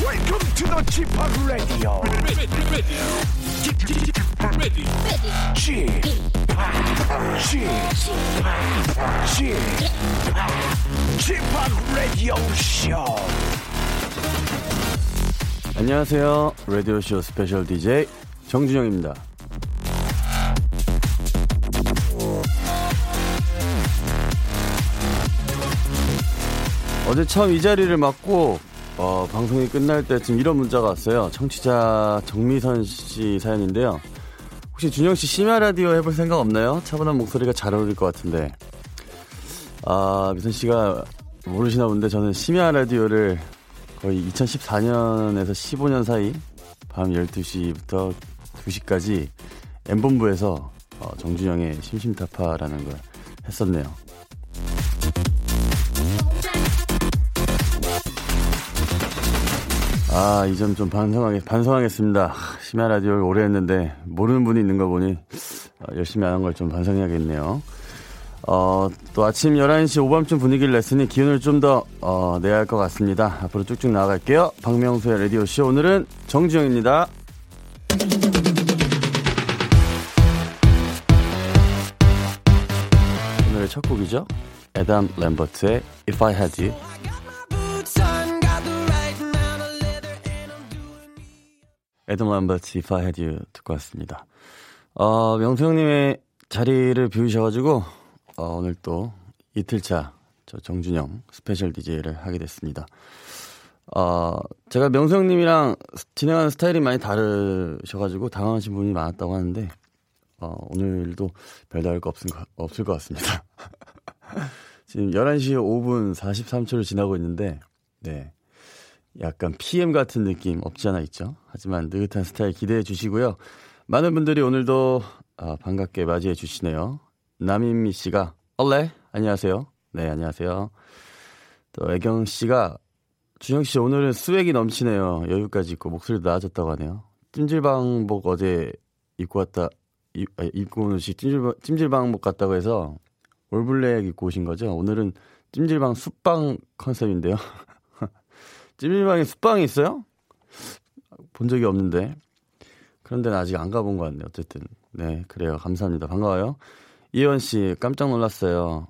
Welcome to the g p o p Radio. ready, ready, ready, g p o p G p o p Radio Show. 안녕하세요. 라디오쇼 스페셜 DJ 정준영입니다. 어제 처음 이 자리를 맡고 어, 방송이 끝날 때쯤 이런 문자가 왔어요. 청취자 정미선 씨 사연인데요. 혹시 준영 씨 심야 라디오 해볼 생각 없나요? 차분한 목소리가 잘 어울릴 것 같은데. 아 미선 씨가 모르시나 본데 저는 심야 라디오를 거의 2014년에서 15년 사이 밤 12시부터 2시까지 M본부에서 어, 정준영의 심심타파라는 걸 했었네요. 아, 이 점 좀 반성하게, 반성하겠습니다. 하, 심야 라디오를 오래 했는데, 모르는 분이 있는 거 보니, 어, 열심히 안 한 걸 좀 반성해야겠네요. 어, 또 아침 11시 오밤쯤 분위기를 냈으니 기운을 좀 더 어, 내야 할 것 같습니다. 앞으로 쭉쭉 나아갈게요. 박명수의 라디오쇼 오늘은 정지영입니다. 오늘의 첫 곡이죠. 에담 램버트의 If I Had You. 에덤 람버츠 If I Had You 듣고 왔습니다. 어, 명수 형님의 자리를 비우셔가지고 어, 오늘 또 이틀차 저 정준영 스페셜 DJ를 하게 됐습니다. 어, 제가 명수 형님이랑 스- 진행하는 스타일이 많이 다르셔가지고 당황하신 분이 많았다고 하는데 어, 오늘도 별다를 거 없은 거- 없을 것 같습니다. 지금 11시 5분 43초를 지나고 있는데 네. 약간 PM 같은 느낌 없지 않아 있죠. 하지만 느긋한 스타일 기대해 주시고요. 많은 분들이 오늘도 아, 반갑게 맞이해 주시네요. 남인미 씨가 얼레 안녕하세요. 네 안녕하세요. 또 애경 씨가 준영 씨 오늘은 스웩이 넘치네요. 여유까지 있고 목소리도 나아졌다고 하네요. 찜질방복 어제 입고 왔다 입, 아, 입고 온 옷이 찜질방, 찜질방복 같다고 해서 올블랙 입고 오신 거죠. 오늘은 찜질방 숲방 컨셉인데요. 찜질방에 숯방이 있어요? 본 적이 없는데. 그런데는 아직 안 가본 것 같네요. 어쨌든. 네, 그래요. 감사합니다. 반가워요. 이현 씨, 깜짝 놀랐어요.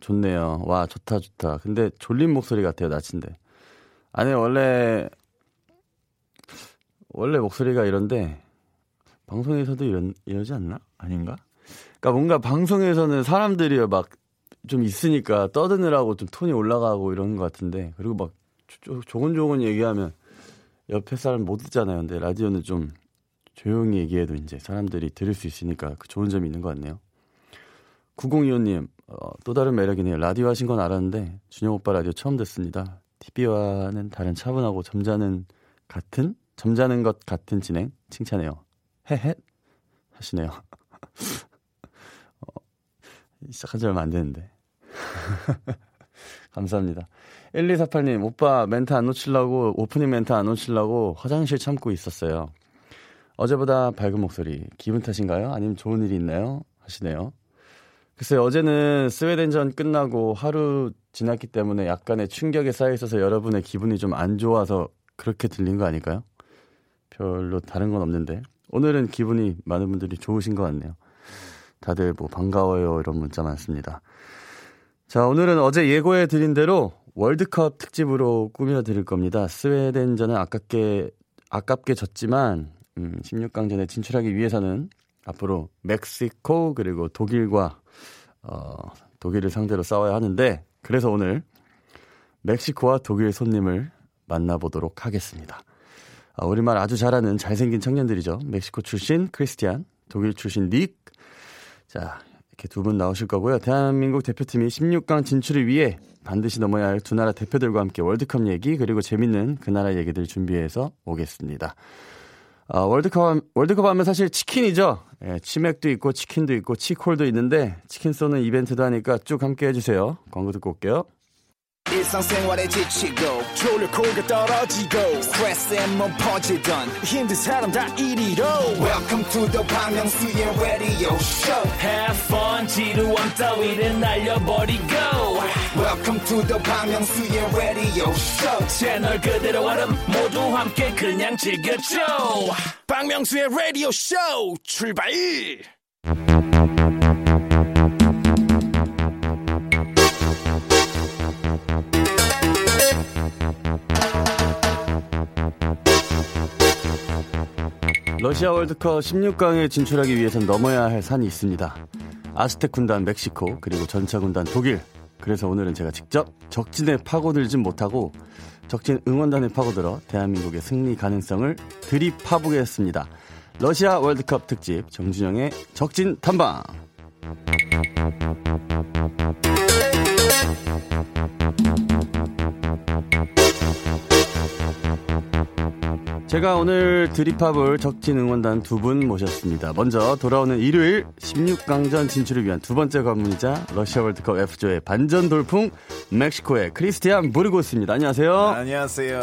좋네요. 와, 좋다, 좋다. 근데 졸린 목소리 같아요, 낮인데. 아니, 원래, 원래 목소리가 이런데, 방송에서도 이런, 이러지 않나? 아닌가? 그러니까 뭔가 방송에서는 사람들이 막 좀 있으니까 떠드느라고 좀 톤이 올라가고 이런 것 같은데, 그리고 막 조- 조곤조곤 얘기하면 옆에 사람 못 듣잖아요. 근데 라디오는 좀 조용히 얘기해도 이제 사람들이 들을 수 있으니까 그 좋은 점이 있는 것 같네요. 9025님, 어, 또 다른 매력이네요. 라디오 하신 건 알았는데 준영 오빠 라디오 처음 듣습니다. TV와는 다른 차분하고 점잖은 같은 점잖은 것 같은 진행 칭찬해요. 헤헤 하시네요. 어, 시작한 지 얼마 안 됐는데 감사합니다. 1248님, 오빠 멘트 안 놓치려고, 오프닝 멘트 안 놓치려고 화장실 참고 있었어요. 어제보다 밝은 목소리, 기분 탓인가요? 아니면 좋은 일이 있나요? 하시네요. 글쎄요, 어제는 스웨덴전 끝나고 하루 지났기 때문에 약간의 충격에 쌓여있어서 여러분의 기분이 좀 안 좋아서 그렇게 들린 거 아닐까요? 별로 다른 건 없는데. 오늘은 기분이 많은 분들이 좋으신 것 같네요. 다들 뭐 반가워요 이런 문자 많습니다. 자, 오늘은 어제 예고해 드린 대로 월드컵 특집으로 꾸며 드릴 겁니다. 스웨덴전은 아깝게 아깝게 졌지만 음, 16강전에 진출하기 위해서는 앞으로 멕시코 그리고 독일과 어, 독일을 상대로 싸워야 하는데 그래서 오늘 멕시코와 독일 손님을 만나보도록 하겠습니다. 아, 우리말 아주 잘하는 잘생긴 청년들이죠. 멕시코 출신 크리스티안, 독일 출신 닉, 자, 이렇게 두 분 나오실 거고요. 대한민국 대표팀이 16강 진출을 위해 반드시 넘어야 할 두 나라 대표들과 함께 월드컵 얘기 그리고 재밌는 그 나라 얘기들 준비해서 오겠습니다. 아, 월드컵 함- 월드컵 하면 사실 치킨이죠. 예, 치맥도 있고 치킨도 있고 치콜도 있는데 치킨 쏘는 이벤트도 하니까 쭉 함께 해주세요. 광고 듣고 올게요. 일상생활에 지치고, 졸려 코가 떨어지고, 스트레스에 몸 퍼지던, 힘든 사람 다 이리로. welcome to the Bang Myung-soo's radio show Have fun 지루함 따위를 날려버리고 welcome to the Bang Myung-soo's radio show 채널 그대로 얼음 모두 함께 그냥 즐겨줘 박명수의 라디오 쇼 출발 러시아 월드컵 16강에 진출하기 위해선 넘어야 할 산이 있습니다. 아스텍 군단 멕시코 그리고 전차 군단 독일. 그래서 오늘은 제가 직접 적진에 파고들진 못하고 적진 응원단에 파고들어 대한민국의 승리 가능성을 들이파보겠습니다. 러시아 월드컵 특집 정준영의 적진 탐방. 제가 오늘 드립합을 적진 응원단 두 분 모셨습니다. 먼저 돌아오는 일요일 16강전 진출을 위한 두 번째 관문이자 러시아 월드컵 F조의 반전 돌풍 멕시코의 크리스티안 부르고스입니다. 안녕하세요. 안녕하세요.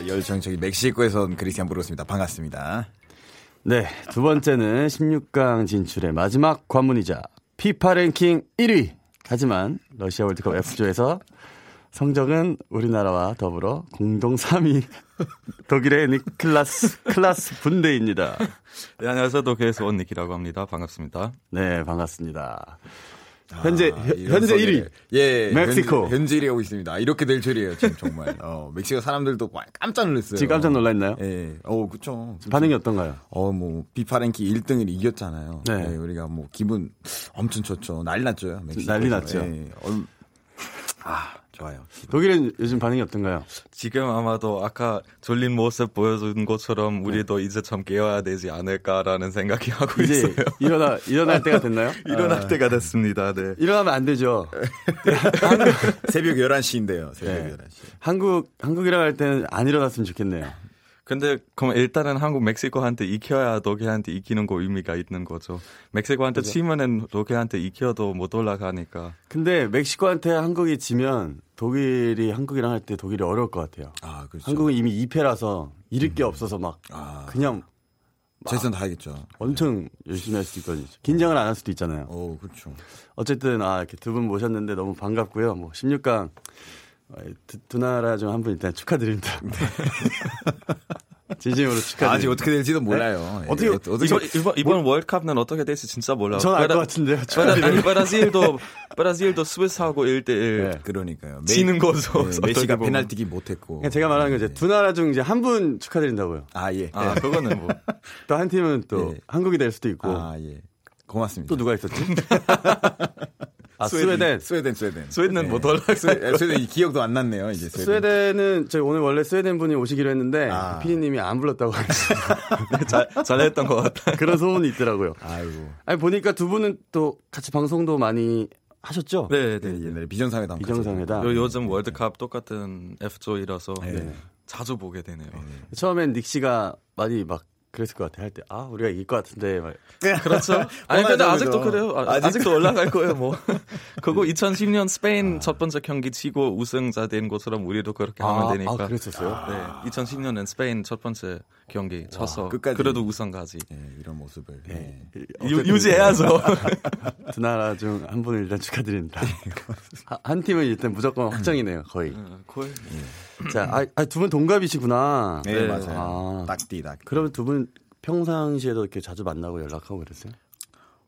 어. 열정적인 멕시코에서 온 크리스티안 브로스입니다. 반갑습니다. 아, 네, 두 번째는 16강 진출의 마지막 관문이자 피파 랭킹 1위. 하지만 러시아 월드컵 F조에서 성적은 우리나라와 더불어 공동 3위 독일의 니클라스 클라스 분대입니다. 네, 안녕하세요. 도쿄에서 온 니키라고 합니다. 반갑습니다. 아, 네, 반갑습니다. 현재 이런 현재 소리를. 1위. 예, 멕시코. 현재, 현재 1위 하고 있습니다. 이렇게 될 줄이에요, 지금 정말. 어, 멕시코 사람들도 와- 깜짝 놀랐어요. 지금 깜짝 놀랐나요? 예, 어, 그쵸. 지금 반응이 어떤가요? 어, 뭐, 비파랭키 1등을 이겼잖아요. 네. 예, 우리가 뭐, 기분 엄청 좋죠. 난리 났죠. 멕시코. 난리 났죠. 예, 얼- 아, 좋아요. 독일은 요즘 반응이 어떤가요? 지금 아마도 아까 졸린 모습 보여준 것처럼 네. 우리도 이제 참 깨워야 되지 않을까라는 생각이 하고 이제 있어요. 일어나 일어날 때가 됐나요? 일어날 때가 됐습니다. 네. 일어나면 안 되죠. 새벽 11시인데요, 새벽 네. 11시. 한국 한국이라 할 때는 안 일어났으면 좋겠네요. 근데 그럼 일단은 한국 멕시코한테 익혀야 독일한테 익히는 거 의미가 있는 거죠. 멕시코한테 치면은 독일한테 익혀도 못 올라가니까. 근데 멕시코한테 한국이 지면 독일이 한국이랑 할 때 독일이 어려울 것 같아요. 아, 그렇죠. 한국은 이미 2패라서 잃을 게 없어서 막 음. 아. 그냥 최선 다하겠죠. 엄청 열심히 할 수 있거든요. 긴장을 안 할 수도 있잖아요. 어, 그렇죠. 어쨌든 아 이렇게 두 분 모셨는데 너무 반갑고요. 뭐 16강 어, 두, 두 나라 중 한 분 일단 축하드립니다. 진심으로 네. 그러니까 아직 축하드립니다. 어떻게 될지도 몰라요. 예, 어떻게- 이번, 이번, 이번 월드컵은 어떻게 될지 진짜 몰라요. 전뭐 알 어, 것 브라- 같은데요. 브라- 축하드립니다. 아니, 브라질도, 브라질도 스위스하고 1대1. 네. 그러니까요. 메이- 지는 거죠. 예, 메시가 어떻게 보면. 페널티기 못했고. 예. 그러니까 제가 말하는 건 이제 두 나라 중 이제 한 분 축하드린다고요. 아 예. 아, 그거는 뭐. 또 한 팀은 또 예. 한국이 될 수도 있고 아 예. 고맙습니다. 또 누가 있었지? 아 스웨덴. 스웨덴, 스웨덴. 예. 스웨덴은 못 올라가. 스웨- 스웨덴 기억도 안 났네요. 이제 스웨덴. 스웨덴은 저희 오늘 원래 스웨덴 분이 오시기로 했는데 그 아. 피디님이 안 불렀다고 하셨어요. 잘, 네. 잘했던 것 같아요. 그런 소문이 있더라고요. 아이고. 아니 보니까 두 분은 또 같이 방송도 많이 하셨죠? 네, 네, 네. 옛날에 비정상회담. 비정상회담. 요, 요즘 월드컵 똑같은 F조이라서 아, 네. 자주 보게 되네요. 처음엔 닉 씨가 많이 막 그랬을 것 같아 할 때 아 우리가 이길 것 같은데 막 그렇죠. 아니 근데 뻔하죠, 아직도 그죠? 그래요. 아, 아직도- 네. 아직도, 올라갈 거예요. 뭐 그거 2010년 아. 스페인 첫 번째 경기 치고 우승자 된 것처럼 우리도 그렇게 하면 아, 되니까. 그렇죠. 아, 그랬었어요? 네, 2010년엔 스페인 첫 번째 경기 쳐서 끝까지. 그래도 우승까지 예, 이런 모습을. 예. 유, 유지해야죠. 네. 두 나라 중 한 분을 일단 축하드립니다. 하- 한 팀은 일단 무조건 확정이네요 거의. 거의. 자아두 분 동갑이시구나. 네, 네. 맞아요. 아. 딱디 딱. 그러면 두 분 평상시에도 이렇게 자주 만나고 연락하고 그랬어요?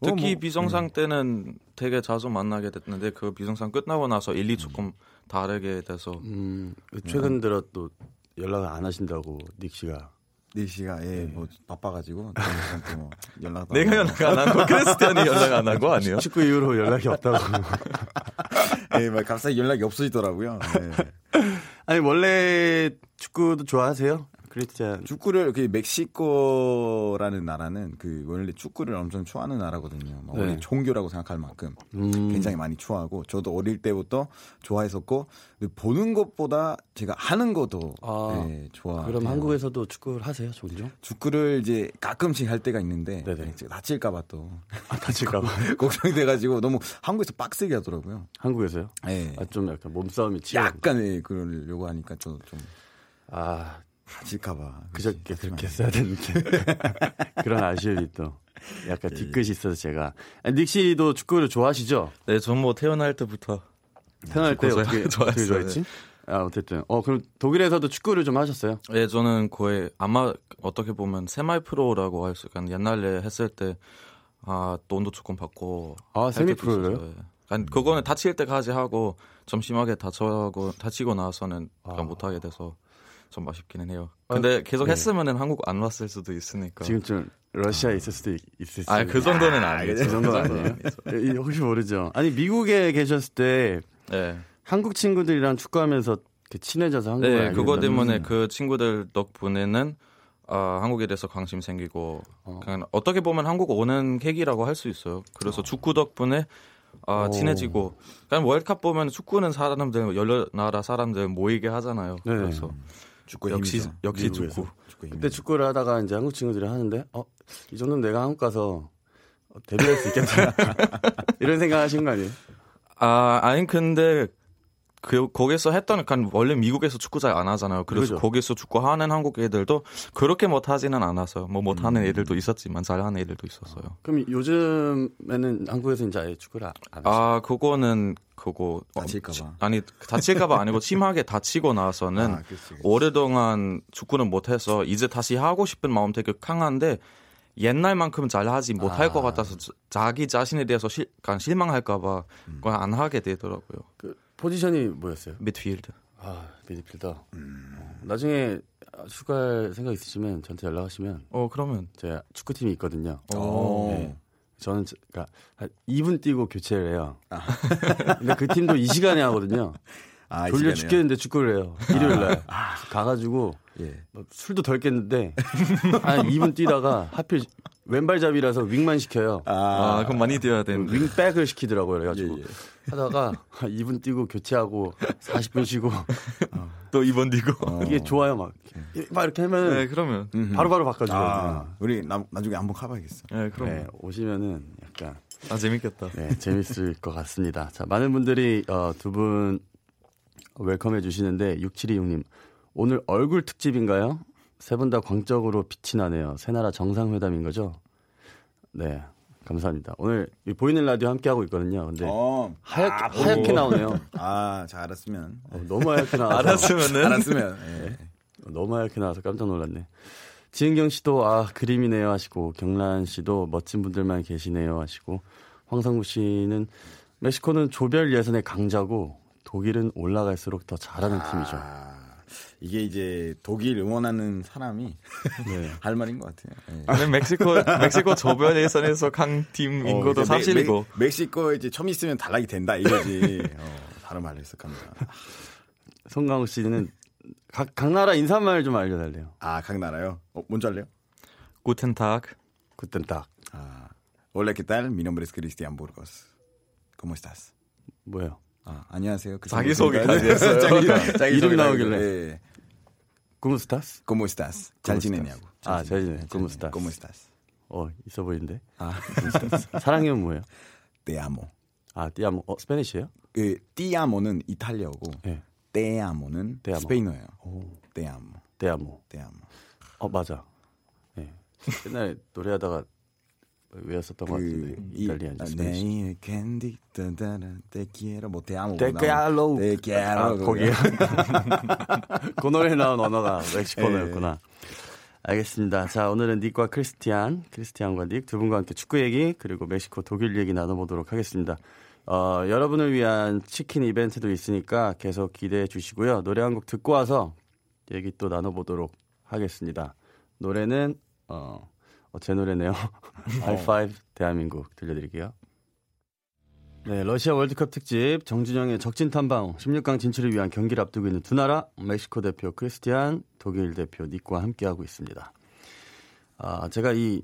뭐, 특히 음. 비정상 때는 되게 자주 만나게 됐는데 그 비정상 끝나고 나서 일이 음. 조금 다르게 돼서 음 최근 들어 또 연락을 안 하신다고 닉 씨가. 닉 씨가 예, 뭐 바빠가지고 저한테 뭐 연락도. 내가 안 하고. 연락 안 하고 크리스티안이 연락 안 하고 아니요? 축구 이후로 연락이 없다고. 예, 막 갑자기 연락이 없어지더라고요. 예. 아니 원래 축구도 좋아하세요? 크리스찬 축구를 이렇게 멕시코라는 나라는 그 원래 축구를 엄청 좋아하는 나라거든요. 막 네. 음. 원래 종교라고 생각할 만큼 굉장히 많이 좋아하고 저도 어릴 때부터 좋아했었고 근데 보는 것보다 제가 하는 것도 아, 네, 좋아. 그럼 한국에서도 축구를 하세요, 종종? 축구를 이제 가끔씩 할 때가 있는데 네네. 제가 다칠까봐 또 아, 다칠까봐. 걱정이 돼가지고 너무 한국에서 빡세게 하더라고요. 한국에서요? 예. 아, 좀 약간 몸싸움이 치열. 약간의 예, 그걸 요구하니까 좀, 좀 아, 다칠까봐. 그저께 그렇게 써야 되는데 그런 아쉬움이 또 약간 뒤끝이 있어서 제가 아, 닉 씨도 축구를 좋아하시죠? 네, 전 뭐 태어날 때부터 태어날 때 좋아요. 어떻게, 어떻게 좋아했어요. 네. 좋아했지? 아 어쨌든 어 그럼 독일에서도 축구를 좀 하셨어요? 예, 저는 거의 아마 어떻게 보면 세마이 프로라고 할 수 있고 옛날에 했을 때 아, 돈도 조금 받고 아, 할 때도 세미 프로예요? 있었어요. 예. 아니, 그거는 다칠 때까지 하고 좀 심하게 다쳐고 다치고 나서는 아. 그냥 못하게 돼서 좀 아쉽기는 해요. 근데 계속 했으면은 한국 안 왔을 수도 있으니까. 예. 지금 좀 러시아에 있을 수도 있- 있을 수도 어. 아, 그 정도는 아니죠. 그 정도는 아니에요. 이- 혹시 모르죠. 아니 미국에 계셨을 때 예. 한국 친구들이랑 축구하면서 이렇게 친해져서 한국을 음. 네, 알게 된다는 그거 때문에 그 친구들 덕분에는 아, 한국에 대해서 관심 생기고 그냥 어떻게 보면 한국 오는 계기라고 할 수 있어요. 그래서 축구 덕분에 아, 친해지고 그냥 월드컵 보면 축구는 사람들 여러 나라 사람들 모이게 하잖아요. 네. 그래서 축구 역시 역시 축구. 그때 축구를 하다가 이제 한국 친구들이 하는데 어 이 정도면 내가 한국 가서 어, 데뷔할 수 있겠다 이런 생각하신 거 아니에요? 아, 아니 근데 그 거기서 했던 그 원래 미국에서 축구 잘 안 하잖아요. 그래서 그죠. 거기서 축구하는 한국 애들도 그렇게 못하지는 않아서 뭐 못하는 애들도 있었지만 잘하는 애들도 있었어요. 그럼 요즘에는 한국에서 이제 아예 축구를 안 하죠? 아 그거는 그거 어, 다칠까봐. 치- 아니 다칠까봐 아니고 심하게 다치고 나서는 아, 그치, 그치. 오래동안 축구는 못해서 이제 다시 하고 싶은 마음 되게 강한데 옛날만큼 잘하지 못할 것 같아서 자- 자기 자신에 대해서 실, 약간 실망할까봐 그걸 안 하게 되더라고요 그 포지션이 뭐였어요? 미드필드 아 미드필더. 음. 어, 나중에 축구할 생각 있으시면 저한테 연락하시면 어 그러면 제가 축구팀이 있거든요. 어. 오. 네. 저는 저- 그러니까 한 2분 뛰고 교체를 해요. 근데 그 팀도 이 시간에 하거든요. 아, 이 졸려 시간에요? 아. 죽겠는데 축구를 해요. 일요일 날 가가지고 예. 뭐 술도 덜 깼는데 한 2분 뛰다가 하필 왼발잡이라서 윙만 시켜요. 아, 그럼 많이 뛰어야 되는데 윙백을 시키더라고요. 그래가지고 예, 예. 하다가 2분 뛰고 교체하고 40분 쉬고 또 이번 뛰고 어. 이게 좋아요 막. 예. 막 이렇게 하면 네 은 그러면 바로바로 바꿔줘요. 음. 아, 우리 나, 나중에 한번 가봐야겠어. 네 그럼 네, 오시면은 약간 아 재밌겠다 네, 재밌을 것 같습니다. 자, 많은 분들이 어, 두 분 웰컴해 주시는데 6726님 오늘 얼굴 특집인가요? 세 분 다 광적으로 빛이 나네요. 새나라 정상회담인 거죠? 네, 감사합니다. 오늘 이 보이는 라디오 함께 하고 있거든요. 근데 어. 하얗, 아, 보고. 하얗게 나오네요. 아, 잘 알았으면. 어, 너무 하얗게 나와서 알았으면은 알았으면. 예. 너무 하얗게 나와서 깜짝 놀랐네. 지은경 씨도 아 그림이네요 하시고 경란 씨도 멋진 분들만 계시네요 하시고 황상구 씨는 멕시코는 조별 예선의 강자고 독일은 올라갈수록 더 잘하는 팀이죠. 아, 이게 이제 독일 응원하는 사람이 할 말인 것 같아요. 예. 근데 멕시코 멕시코 조별 예선에서 강 팀인 것도 어, 이제 멕- 어, 사실이고 멕- 멕시코에 이제 처음 있으면 달락이 된다 이거지. 어, 다른 말을 했을겁니다 송강호 씨는 각, 각 나라 인사말 좀 알려달래요. 아, 각 나라요? 어, 뭔지 알래요? 구텐탁 그땐 딱 아, 원래 qué tal? Mi nombre es Cristian Burgos. ¿Cómo estás? 뭐예요? 아, 안녕하세요. 자기 소개까지 했어요. 이름 나오길래. 예, 구무스타스? ¿Cómo estás? 잘 ¿Cómo 지내냐고. estás? 아, 잘 지내. ¿Cómo estás? ¿Cómo estás? 어 있어 보이는데. 아, ¿cómo estás? 사랑해는 뭐예요? Te amo. 아 띠아모 어 스페니쉬예요? 그 띠아모는 이탈리아어고 예. 떼아모는 Te amo. 스페인어예요. 떼아모. 띠아모. 떼아모. 어 맞아. 예. 옛날에 노래하다가 외웠었던 것 같은데 그그 이탈리안 아, 네, 스페니쉬. 내일 아, 네, 캔디 따다라 떼키에로 뭐 떼아모. 데케알로. 아, 떼키에로 거기에. 그 노래에 나온 언어가 멕시코어였구나. 알겠습니다. 자, 오늘은 닉과 크리스티안, 크리스티안과 닉 두 분과 함께 축구 얘기, 그리고 멕시코, 독일 얘기 나눠보도록 하겠습니다. 어, 여러분을 위한 치킨 이벤트도 있으니까 계속 기대해 주시고요. 노래 한 곡 듣고 와서 얘기 또 나눠보도록 하겠습니다. 노래는, 어, 어, 제 노래네요. 하이파이브 대한민국 들려드릴게요. 네, 러시아 월드컵 특집 정준영의 적진 탐방 16강 진출을 위한 경기를 앞두고 있는 두 나라 멕시코 대표 크리스티안 독일 대표 닉과 함께하고 있습니다. 아, 제가 이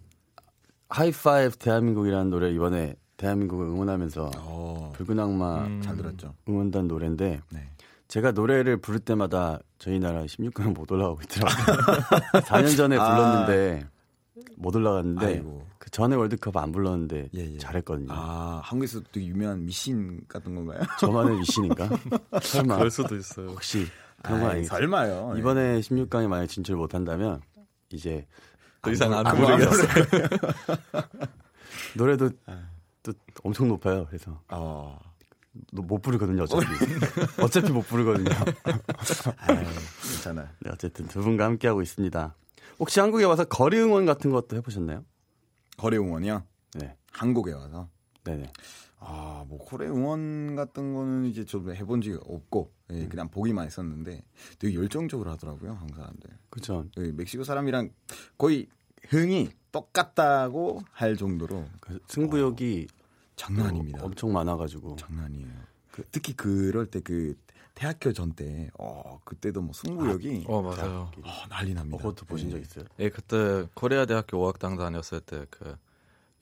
하이파이브 대한민국이라는 노래 이번에 대한민국을 응원하면서 어, 붉은 악마 잘 들었죠. 응원단 노래인데 네. 제가 노래를 부를 때마다 저희 나라 16강 못 올라가고 있더라고요. 4년 전에 아. 불렀는데 못 올라갔는데 아이고. 그 전에 월드컵 안 불렀는데 예, 예. 잘했거든요. 아, 한국에서 되게 유명한 미신 같은 건가요? 저만의 미신인가? 설마 그럴 수도 있어요. 혹시 그런 건 아이, 아니겠죠? 설마요. 예. 이번에 16강에 만약 진출 못한다면 이제 더 이상 아, 안 안 부르겠어요. 노래도 아. 또 엄청 높아요. 그래서 어. 노- 못 부르거든요. 어차피 어차피 못 부르거든요. 예. 아유, 괜찮아요. 네, 어쨌든 두 분과 함께 하고 있습니다. 혹시 한국에 와서 거리 응원 같은 것도 해보셨나요? 거래 응원이요? 네, 한국에 와서. 네네. 아, 뭐 거래 응원 같은 거는 이제 저도 해본 적이 없고 예, 음. 그냥 보기만 했었는데 되게 열정적으로 하더라고요, 한국 사람들. 그렇죠. 예, 멕시코 사람이랑 거의 흥이 똑같다고 할 정도로 그 승부욕이 장난 어, 음, 아닙니다. 엄청 많아가지고 장난이에요. 그- 특히 그럴 때 그 태학교 전 때, 어 그때도 뭐 승부욕이 어 맞아요. 어, 난리 납니다. 아, 어, 그것도 보신 예. 적 있어요? 예 그때 코리아 대학교 어학당 다녔을 때 그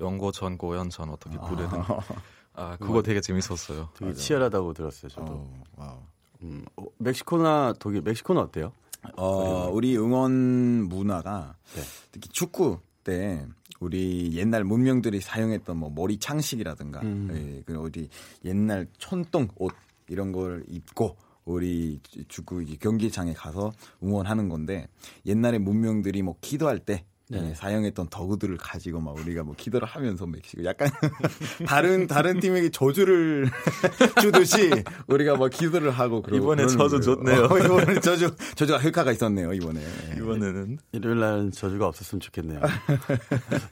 연고 전고 연전 어떻게 부르는 아 그거 되게 재밌었어요. 되게 치열하다고 들었어요. 저도. 어, 와우. 음, 어, 멕시코나 독일, 멕시코는 어때요? 어, 우리 응원 문화가 네. 특히 축구 때 우리 옛날 문명들이 사용했던 뭐 머리 창식이라든가 음. 예, 그 우리 옛날 촌동 옷 이런 걸 입고 우리 축구 이제 경기장에 가서 응원하는 건데 옛날에 문명들이 뭐 기도할 때 네. 예, 사용했던 더구들을 가지고 막 우리가 뭐 기도를 하면서 멕시코 약간 다른 다른 팀에게 저주를 주듯이 우리가 막 기도를 하고 그러고 이번에 그러는 저주 거예요. 줬네요. 어, 이번에 저주 저주가 효과가 있었네요 이번에. 이번에는 일요일 날은 저주가 없었으면 좋겠네요.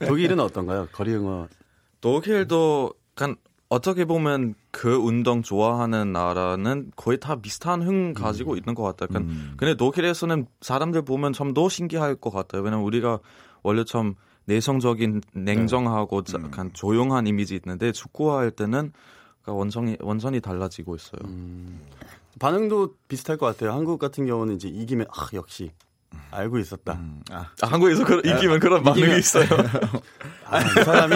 독일은 어떤가요? 거리 응원. 독일도 약간 어떻게 보면 그 운동 좋아하는 나라는 거의 다 비슷한 흥 가지고 있는 것 같아요. 약간 근데 독일에서는 사람들 보면 참 더 신기할 것 같아요. 왜냐면 우리가 원래 참 내성적인 냉정하고 자- 약간 조용한 이미지 있는데 축구할 때는 그러니까 원성이 완전히 달라지고 있어요. 반응도 비슷할 것 같아요. 한국 같은 경우는 이제 이기면 아 역시 알고 있었다. 아, 아, 한국에서 그 이기면 네. 그런 반응이 있어요. 아, 이 사람이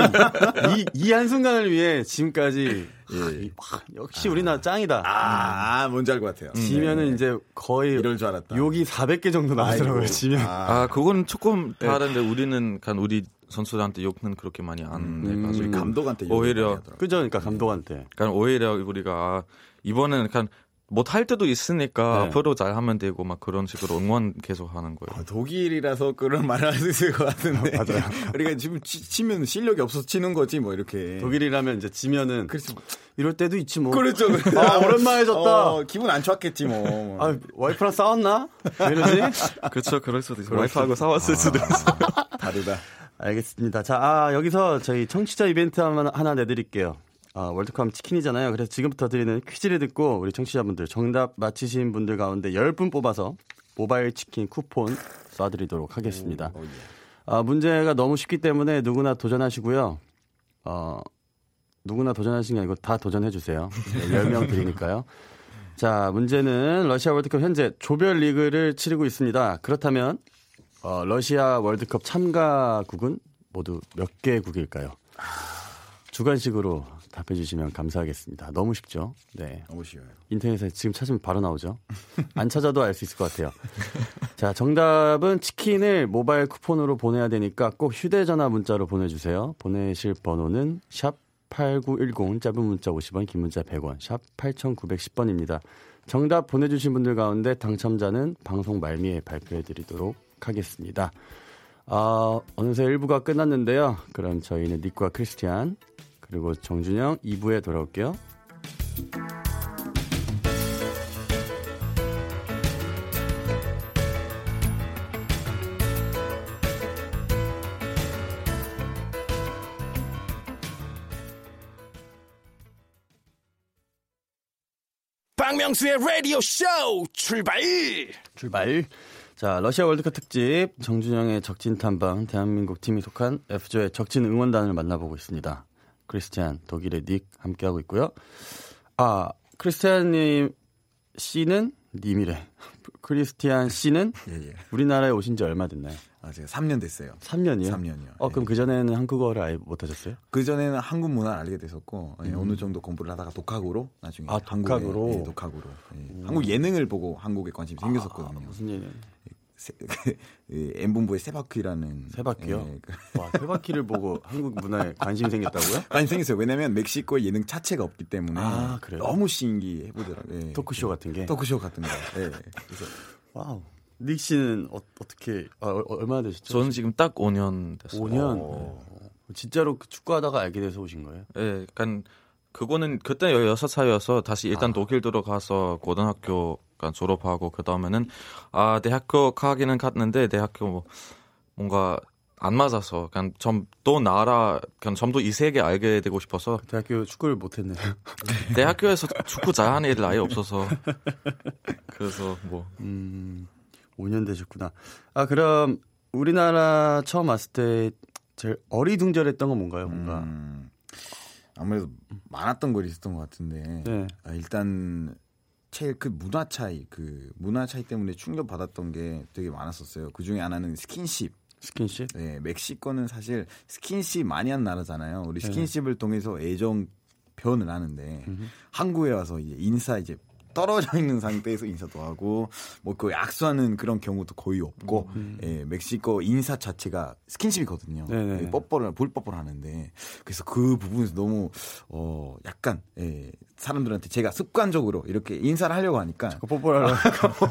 이이한 순간을 위해 지금까지 아, 이- 아, 역시 우리나라 짱이다. 예. 아, 아, 뭔지 알 것 같아요. 지면은 이제 거의 이럴 줄 알았다. 욕이 400개 정도 나오더라고요. 아이고. 지면 아, 그건 조금 다른데 우리는 그냥 우리 선수들한테 욕은 그렇게 많이 안 해가지고 우리 네, 감독한테 음, 오히려 그죠? 그러니까 감독한테 그러니까 오히려 우리가 아, 이번에는 그냥 못할 때도 있으니까 네. 앞으로 잘 하면 되고 막 그런 식으로 응원 계속 하는 거예요. 아, 독일이라서 그런 말을 할 수 있을 것 같은데. 맞아요. 우리가 지금 치, 치면 실력이 없어서 치는 거지 뭐 이렇게. 독일이라면 이제 지면은 그렇죠. 이럴 때도 있지 어, 뭐. 그렇죠. 아, 오랜만에 졌다. 어, 기분 안 좋았겠지 뭐. 아, 와이프랑 싸웠나? 왜 이러지? 그렇죠, 그럴 수도 있어요. 와이프하고 싸웠을 수도 있어요. 아, 다르다. 알겠습니다. 자, 아, 여기서 저희 청취자 이벤트 하나, 하나 내드릴게요. 아, 월드컵 치킨이잖아요. 그래서 지금부터 드리는 퀴즈를 듣고 우리 청취자분들 정답 맞히신 분들 가운데 10분 뽑아서 모바일 치킨 쿠폰 쏴드리도록 하겠습니다. 아, 문제가 너무 쉽기 때문에 누구나 도전하시고요. 어, 누구나 도전하신 게 아니고 다 도전해주세요. 네, 10명 드리니까요. 자, 문제는 러시아 월드컵 현재 조별 리그를 치르고 있습니다. 그렇다면 어, 러시아 월드컵 참가국은 모두 몇 개국일까요? 주관식으로 답해 주시면 감사하겠습니다. 너무 쉽죠? 네. 너무 쉬워요. 인터넷에 지금 찾으면 바로 나오죠. 안 찾아도 알 수 있을 것 같아요. 자, 정답은 치킨을 모바일 쿠폰으로 보내야 되니까 꼭 휴대전화 문자로 보내주세요. 보내실 번호는 샵 8910, 짧은 문자 50원, 긴 문자 100원, 샵 8910번입니다. 정답 보내주신 분들 가운데 당첨자는 방송 말미에 발표해드리도록 하겠습니다. 아, 어느새 1부가 끝났는데요. 그럼 저희는 닉과 크리스티안, 그리고 정준영 2부에 돌아올게요. 박명수의 라디오 쇼 출발! 출발. 자, 러시아 월드컵 특집 정준영의 적진 탐방 대한민국 팀이 속한 F조의 적진 응원단을 만나보고 있습니다. 크리스티안, 독일의 닉 함께하고 있고요. 아, 크리스티안님 씨는 님이래. 크리스티안 씨는 예, 예. 우리나라에 오신 지 얼마 됐나요? 아, 제가 3년 됐어요. 3년이요? 삼 년이요. 어, 그럼 그전에는 한국어를 아예 못하셨어요? 그전에는 한국 문화를 알게 됐었고 예, 어느 정도 공부를 하다가 독학으로 나중에 음. 아, 독학으로? 한국에, 예, 독학으로 예. 한국 예능을 보고 한국에 관심이 생겼었거든요. 아, 무슨 얘기예요? 세- 그, 이 엠본부의 세바퀴라는 세 바퀴요? 예, 그- 와, 세 바퀴를 보고 한국 문화에 관심이 생겼다고요? 많이 생겼어요. 왜냐하면 멕시코의 예능 자체가 없기 때문에 아, 그래요? 너무 신기해 보더라고요. 예. 토크쇼 같은 게. 토크쇼 같은 거. 예. 그래서 와우. 닉 씨는 어, 떻게 얼마나 되셨죠? 저는 지금 딱 5년 됐어요. 5년. 진짜로 그 축구하다가 알게 돼서 오신 거예요? 예, 약간 그거는 그때 16살이어서 다시 일단 독일 들어가서 고등학교 약간 졸업하고 그 다음에는 아 대학교 가기는 갔는데 대학교 뭐 뭔가 안 맞아서 그냥 좀또 나라 그냥 좀더 이 세계 알게 되고 싶어서 대학교 축구를 못했네요. 대학교에서 축구 잘하는 애들 아예 없어서 그래서 뭐 음. 5년 되셨구나. 아 그럼 우리나라 처음 왔을 때 제일 어리둥절했던 건 뭔가요? 뭔가 음, 아무래도 많았던 걸 있었던 것 같은데 네. 아, 일단 제일 그 문화 차이 그 문화 차이 때문에 충격 받았던 게 되게 많았었어요. 그 중에 하나는 스킨십. 스킨십? 네, 멕시코는 사실 스킨십 많이 한 나라잖아요. 우리 네. 스킨십을 통해서 애정 표현을 하는데 한국에 와서 이제 인사 이제 떨어져 있는 상태에서 인사도 하고 뭐 그 악수하는 그런 경우도 거의 없고 예, 멕시코 인사 자체가 스킨십이거든요. 음, 네네. 예, 뽀뽀를 볼뽀뽀를 하는데 그래서 그 부분에서 너무 어 약간 예, 사람들한테 제가 습관적으로 이렇게 인사를 하려고 하니까 뽀뽀라. 뭐,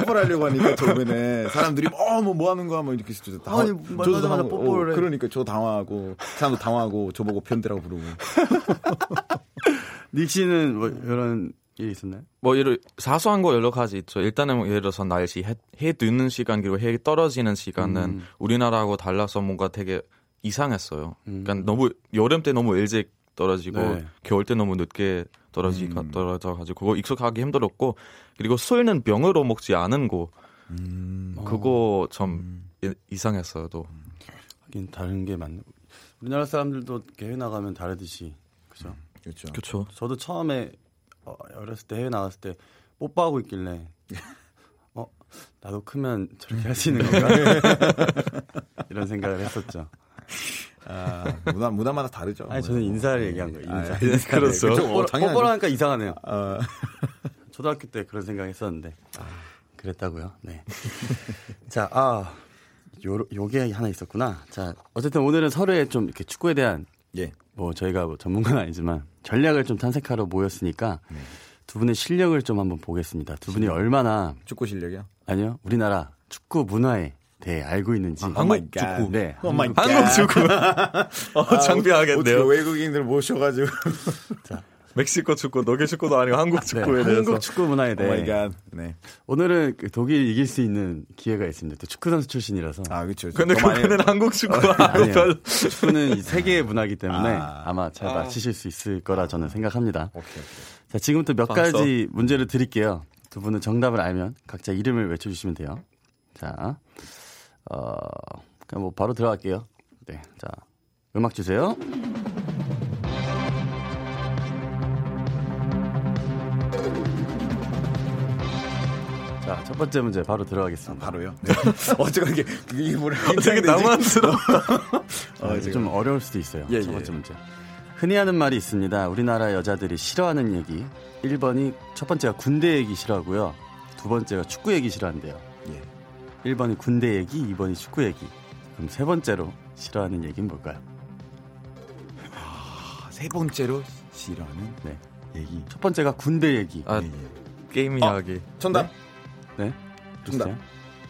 뽀뽀를 하려고 하니까 처음에는 사람들이 어뭐뭐 하는 거야 뭐 이렇게 해서 당황- 아니, 만나자마자 당황- 뽀뽀를 어, 해. 그러니까 저 당황하고 사람도 당황하고 저보고 편대라고 부르고 닉 씨는 뭐 이런 일이 있었나요? 뭐 예를 사소한 거 여러 가지 있죠. 일단은 뭐 예를 들어서 날씨 해, 해 뜨는 시간 그리고 해 떨어지는 시간은 음. 우리나라하고 달라서 뭔가 되게 이상했어요. 그러니까 너무 여름 때 너무 일찍 떨어지고 음. 네. 음. 겨울 때 너무 늦게 떨어지 떨어져 가지고 그거 익숙하기 힘들었고 그리고 술은 병으로 먹지 않은 거 음. 그거 어. 좀 이- 이상했어요. 또 하긴 다른 게 맞는. 우리나라 사람들도 해외 나가면 다르듯이 그죠? 그렇죠. 그렇죠. 저도 처음에 어, 어렸을 때 해외 나갔을 때 뽀뽀하고 있길래 어 나도 크면 저렇게 할 수 있는 건가 이런 생각을 했었죠. 아, 문화 문화마다 다르죠. 아니 저는 인사를 얘기한 거예요. 인사. 아, 예, 그렇죠. 네. 뽀뽀- 그쵸, 어, 당연하죠. 뽀뽀하니까 이상하네요. 어, 초등학교 때 그런 생각했었는데 그랬다고요. 네. 자, 아 요, 요게 하나 있었구나. 자, 어쨌든 오늘은 서로의 좀 이렇게 축구에 대한 예. 뭐 저희가 뭐 전문가는 아니지만 전략을 좀 탐색하러 모였으니까 네. 두 분의 실력을 좀 한번 보겠습니다. 두 분이 얼마나 축구 실력이요? 아니요 우리나라 축구 문화에 대해 알고 아, 있는지. 한국 축구. 네. 오 마이 갓. 어, 한국 축구 어, 어떻게 장비하겠네요. 외국인들 모셔가지고. 멕시코 축구, 너게 축구도 아니고 한국 네, 축구에 대해서 Oh 한국 축구 문화에 오 마이 대해 갓. 네. 오늘은 그 독일 이길 수 있는 기회가 있습니다. 또 축구 선수 출신이라서. 아 그렇죠. 근데 더 많이- 그거는 한국 축구하고 아니에요. 별로 축구는 이 세계의 문화이기 때문에 아. 아, 마잘 맞히실 수 있을 거라 저는 생각합니다. 오케이, 오케이. 자, 지금부터 몇 벌써? 가지 문제를 드릴게요. 두 분은 정답을 알면 각자 이름을 외쳐주시면 돼요. 자, 어, 그냥 뭐 바로 들어갈게요. 네, 자, 음악 주세요. 자, 첫 번째 문제 바로 들어가겠습니다. 바로요. 네. 어쨌건 이게 이게 뭐라 되게 낭만스러워. 어, 이제 좀 어려울 수도 있어요. 예, 첫 예. 번째 문제. 흔히 하는 말이 있습니다. 우리나라 여자들이 싫어하는 얘기. 1번이 첫 번째가 군대 얘기 싫어하고요. 두 번째가 축구 얘기 싫어한대요. 예. 1번이 군대 얘기, 2번이 축구 얘기. 그럼 세 번째로 싫어하는 얘기는 뭘까요? 세 번째로 싫어하는 네. 얘기. 첫 번째가 군대 얘기. 아, 예, 예. 게임 이야기. 정답. 네. 정답. 글쎄요.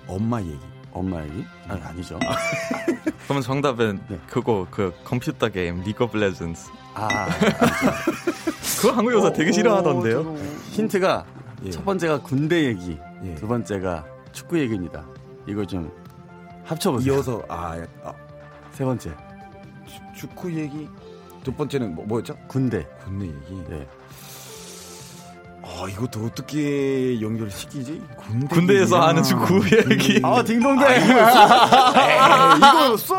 엄마 얘기. 엄마 얘기? 아, 아니죠. 그러면 정답은 네. 그거 그 컴퓨터 게임 리그 오브 레전드. 아, 그거 한국 여자 되게 싫어하던데요. 힌트가 예. 첫 번째가 군대 얘기, 예. 두 번째가 축구 얘기입니다. 이걸 좀 합쳐보세요. 이어서 아, 예. 아 세 번째 축- 축구 얘기. 두 번째는 뭐, 뭐였죠? 군대. 군대 얘기. 네. 아, 아 이것도 어떻게 연결시키지? 군대 군대에서 얘기야. 아는 축구 얘기. 아, 딩동대. 아, 이거였어?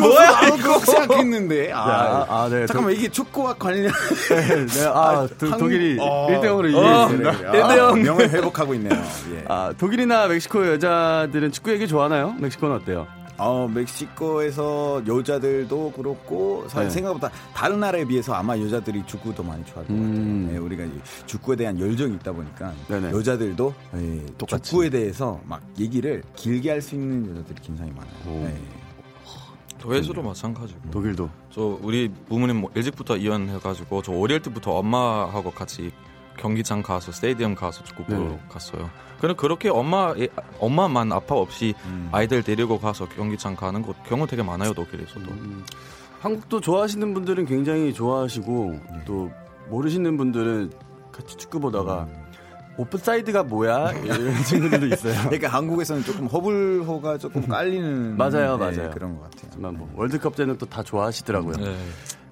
뭐야, 이거 생각했는데. 아, 야, 아, 네. 잠깐만 이게 축구와 관련 네, 아, 도, 한- 독일이 어. 1대 0으로 어. 이기겠습니다. 아, 명을 회복하고 있네요. 예. 아, 독일이나 멕시코 여자들은 축구 얘기 좋아하나요? 멕시코는 어때요? 어, 멕시코에서 여자들도 그렇고 사실 네. 생각보다 다른 나라에 비해서 아마 여자들이 축구도 많이 좋아할 것 같아요. 네, 우리가 이 축구에 대한 열정이 있다 보니까 음. 네네. 여자들도 예, 똑같이. 축구에 대해서 막 얘기를 길게 할 수 있는 여자들이 굉장히 많아요. 네. 도예수도 마찬가지고. 독일도. 저 우리 부모님 뭐 일찍부터 이혼해가지고 저 어릴 때부터 엄마하고 같이 경기장 가서 스테디움 가서 축구 보러 네. 갔어요. 근데 그렇게 엄마 예, 엄마만 아빠 없이 음. 아이들 데리고 가서 경기장 가는 것 경우 되게 많아요 독일에서도. 음, 한국도 좋아하시는 분들은 굉장히 좋아하시고 네. 또 모르시는 분들은 같이 축구 보다가 음. 오프사이드가 뭐야? 네. 이런 친구들도 있어요. 그러니까 한국에서는 조금 허블호가 조금 깔리는 맞아요, 네, 맞아요. 그런 것 같아요. 하지만 뭐 월드컵 때는 또 다 좋아하시더라고요. 네.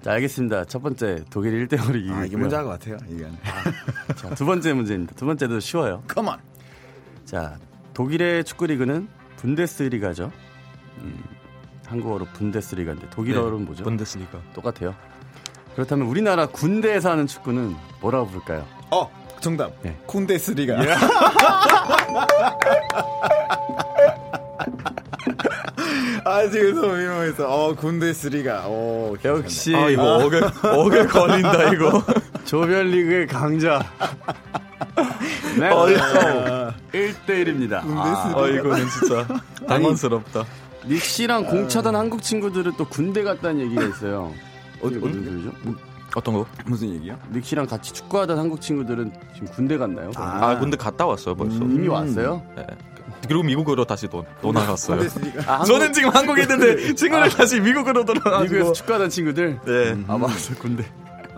자, 알겠습니다. 첫 번째 독일 1대 0으로 아, 이게 이기고요. 네. 문제인 것 같아요. 이게 자, 두 번째 문제입니다. 두 번째도 쉬워요. Come on. 자, 독일의 축구 리그는 분데스리가죠. 음, 한국어로 분데스리가인데 네. 독일어로는 네. 뭐죠? 분데스리가. 똑같아요. 그렇다면 우리나라 군대에서 하는 축구는 뭐라고 부를까요? 어, 정답. 네. 콘데스리가. 아, 지금 소미모에서 어, 군데스리가. 어, 역시 아 이거 어글 어글 걸린다 이거. 조별리그의 강자. 네, 어디서 1대1입니다. 아 이거는 진짜 당황스럽다. 닉 씨랑 공차단 한국 친구들은 또 군대 갔다는 얘기가 있어요. 어디 어디 들죠? 뭐, 어떤 거? 무슨 얘기요? 닉 씨랑 같이 축구하던 한국 친구들은 지금 군대 갔나요? 아, 근데 갔다 왔어요 벌써. 이미 왔어요? 네. 그리고 미국으로 다시 또, 또 나갔어요. 군데스리가. 아, 저는 지금 한국에 아. 있는데 친구를 다시 미국으로 한국- 미국에서 돌아가지고. 축구하던 친구들. 네. 아 맞아 군대.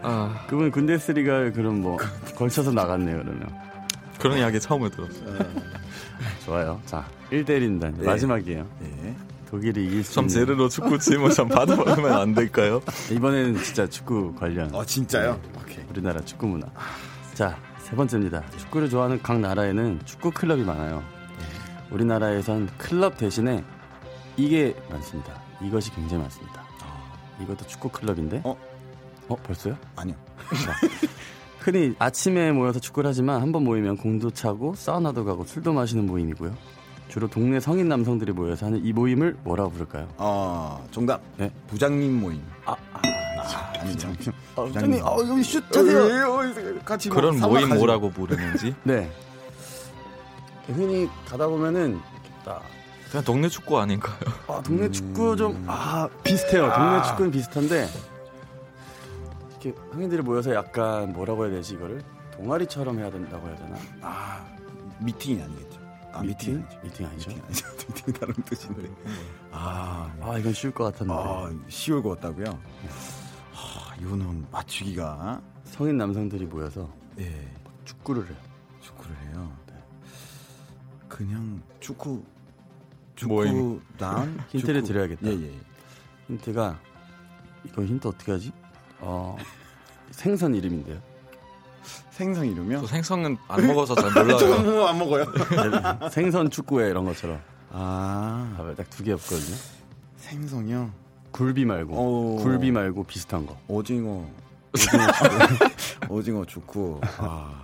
아 그분 군대 쓰리가 그럼 뭐 걸쳐서 나갔네요 그러면. 그런 이야기 처음에 아, 들었어요. 좋아요. 자 1대1입니다. 마지막이에요. 예. 독일이 이길 수 참 있는. 네. 제대로 축구 질문 참 받아보면 안 될까요? 이번에는 진짜 축구 관련. 어, 진짜요? 오케이. 우리나라 축구 문화. 자, 세 번째입니다. 축구를 좋아하는 각 나라에는 축구 클럽이 많아요. 네. 우리나라에선 클럽 대신에 이게 많습니다. 이것이 굉장히 많습니다. 이것도 축구 클럽인데? 어? 아. 어, 벌써요? 아니요. 흔히 아침에 모여서 축구를 하지만 한 번 모이면 공도 차고 사우나도 가고 술도 마시는 모임이고요. 주로 동네 성인 남성들이 모여서 하는 이 모임을 뭐라고 부를까요? 어, 정답. 네. 부장님 모임. 아, 아, 아니, 부장님. 부장님, 어, 여기 슛 하세요. 같이 뭐 그런 삼각 모임 가지고. 뭐라고 부르는지 네. 흔히 가다 보면은 이렇게 딱 그냥 동네 축구 아닌가요? 아, 동네 축구 좀, 아, 비슷해요. 동네 축구는 비슷한데, 이렇게 흥인들이 모여서 약간 뭐라고 해야 되지, 이거를? 동아리처럼 해야 된다고 해야 되나? 아, 미팅이 아니겠죠. 아, 미팅이 아니죠. 미팅 아니죠? 미팅 아니죠. 미팅 다른 뜻인데. 아, 아, 이건 쉬울 것 같았는데. 아, 쉬울 것 같다고요? 하, 이거는 맞추기가 성인 남성들이 모여서 예, 축구를 해요. 축구를 해요. 네. 그냥 축구 축구 모임. 난 힌트를 드려야겠다. 예, 예. 힌트가, 이거 힌트 어떻게 하지? 어, 생선 이름인데요. 생선 이름이요? 저 생선은 안 먹어서 잘 몰라요. 뭐안 먹어요. 예를- 생선 축구회 이런 것처럼. 아, 답을 딱 두 개였거든요. 생선이요. 굴비 말고, 오. 굴비 말고 비슷한 거. 오징어. 오징어 축구. 오징어 축구. 아.